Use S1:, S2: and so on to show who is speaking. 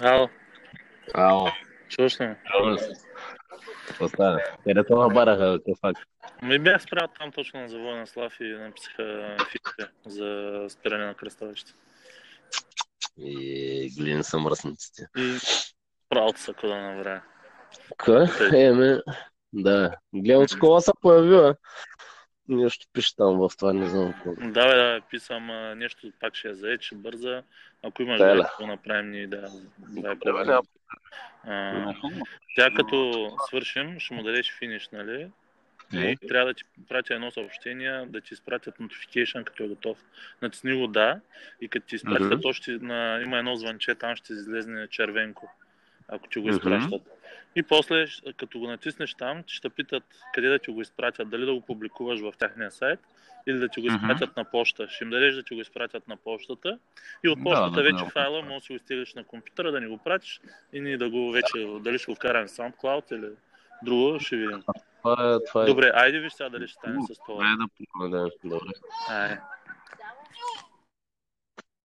S1: Ало,
S2: Ало,
S1: чуваш ли ме?
S2: какво става? Къде те набараха, кефак?
S1: Ми Ами бях спрял там точно на завоя на Слав и написаха фишка за спиране на кръстовище.
S2: И глини са мръсниците.
S1: И правото са кода на време.
S2: Ка? Еме, да. Гледам, че кола се появила. Нещо пише там в това, не знам какво.
S1: Да, бе, да, писам а, нещо, пак ще я зае, че бърза. Ако имаш
S2: Да,
S1: да,
S2: да.
S1: да направим ни да. да, е по-добре. А, Тя като свършим, ще му дадеш финиш, нали?
S2: Е.
S1: И трябва да ти пратя едно съобщение, да ти изпратят notification, като е готов. Натисни го да и като ти изпратят
S2: Мгм.
S1: още, на, има едно звънче, там ще излезне червенко, ако ти го
S2: Мгм.
S1: изпращат. И после, щ- като го натиснеш там, ти ще питат къде да ти го изпратят, дали да го публикуваш в тяхния сайт или да ти го
S2: Мгм.
S1: изпратят на почта. Ще им дадеш да ти го изпратят на почтата и от
S2: Да,
S1: почтата
S2: да,
S1: вече
S2: да.
S1: файла може да си го стигаш на компютъра, да ни го пратиш и ние да го вече, дали ще го вкараме в SoundCloud или друго, ще видим.
S2: Това е, това е.
S1: Добре, айде виж сега дали ще стане с това.
S2: Добре, да пробваме, да. Добре.
S1: Ай,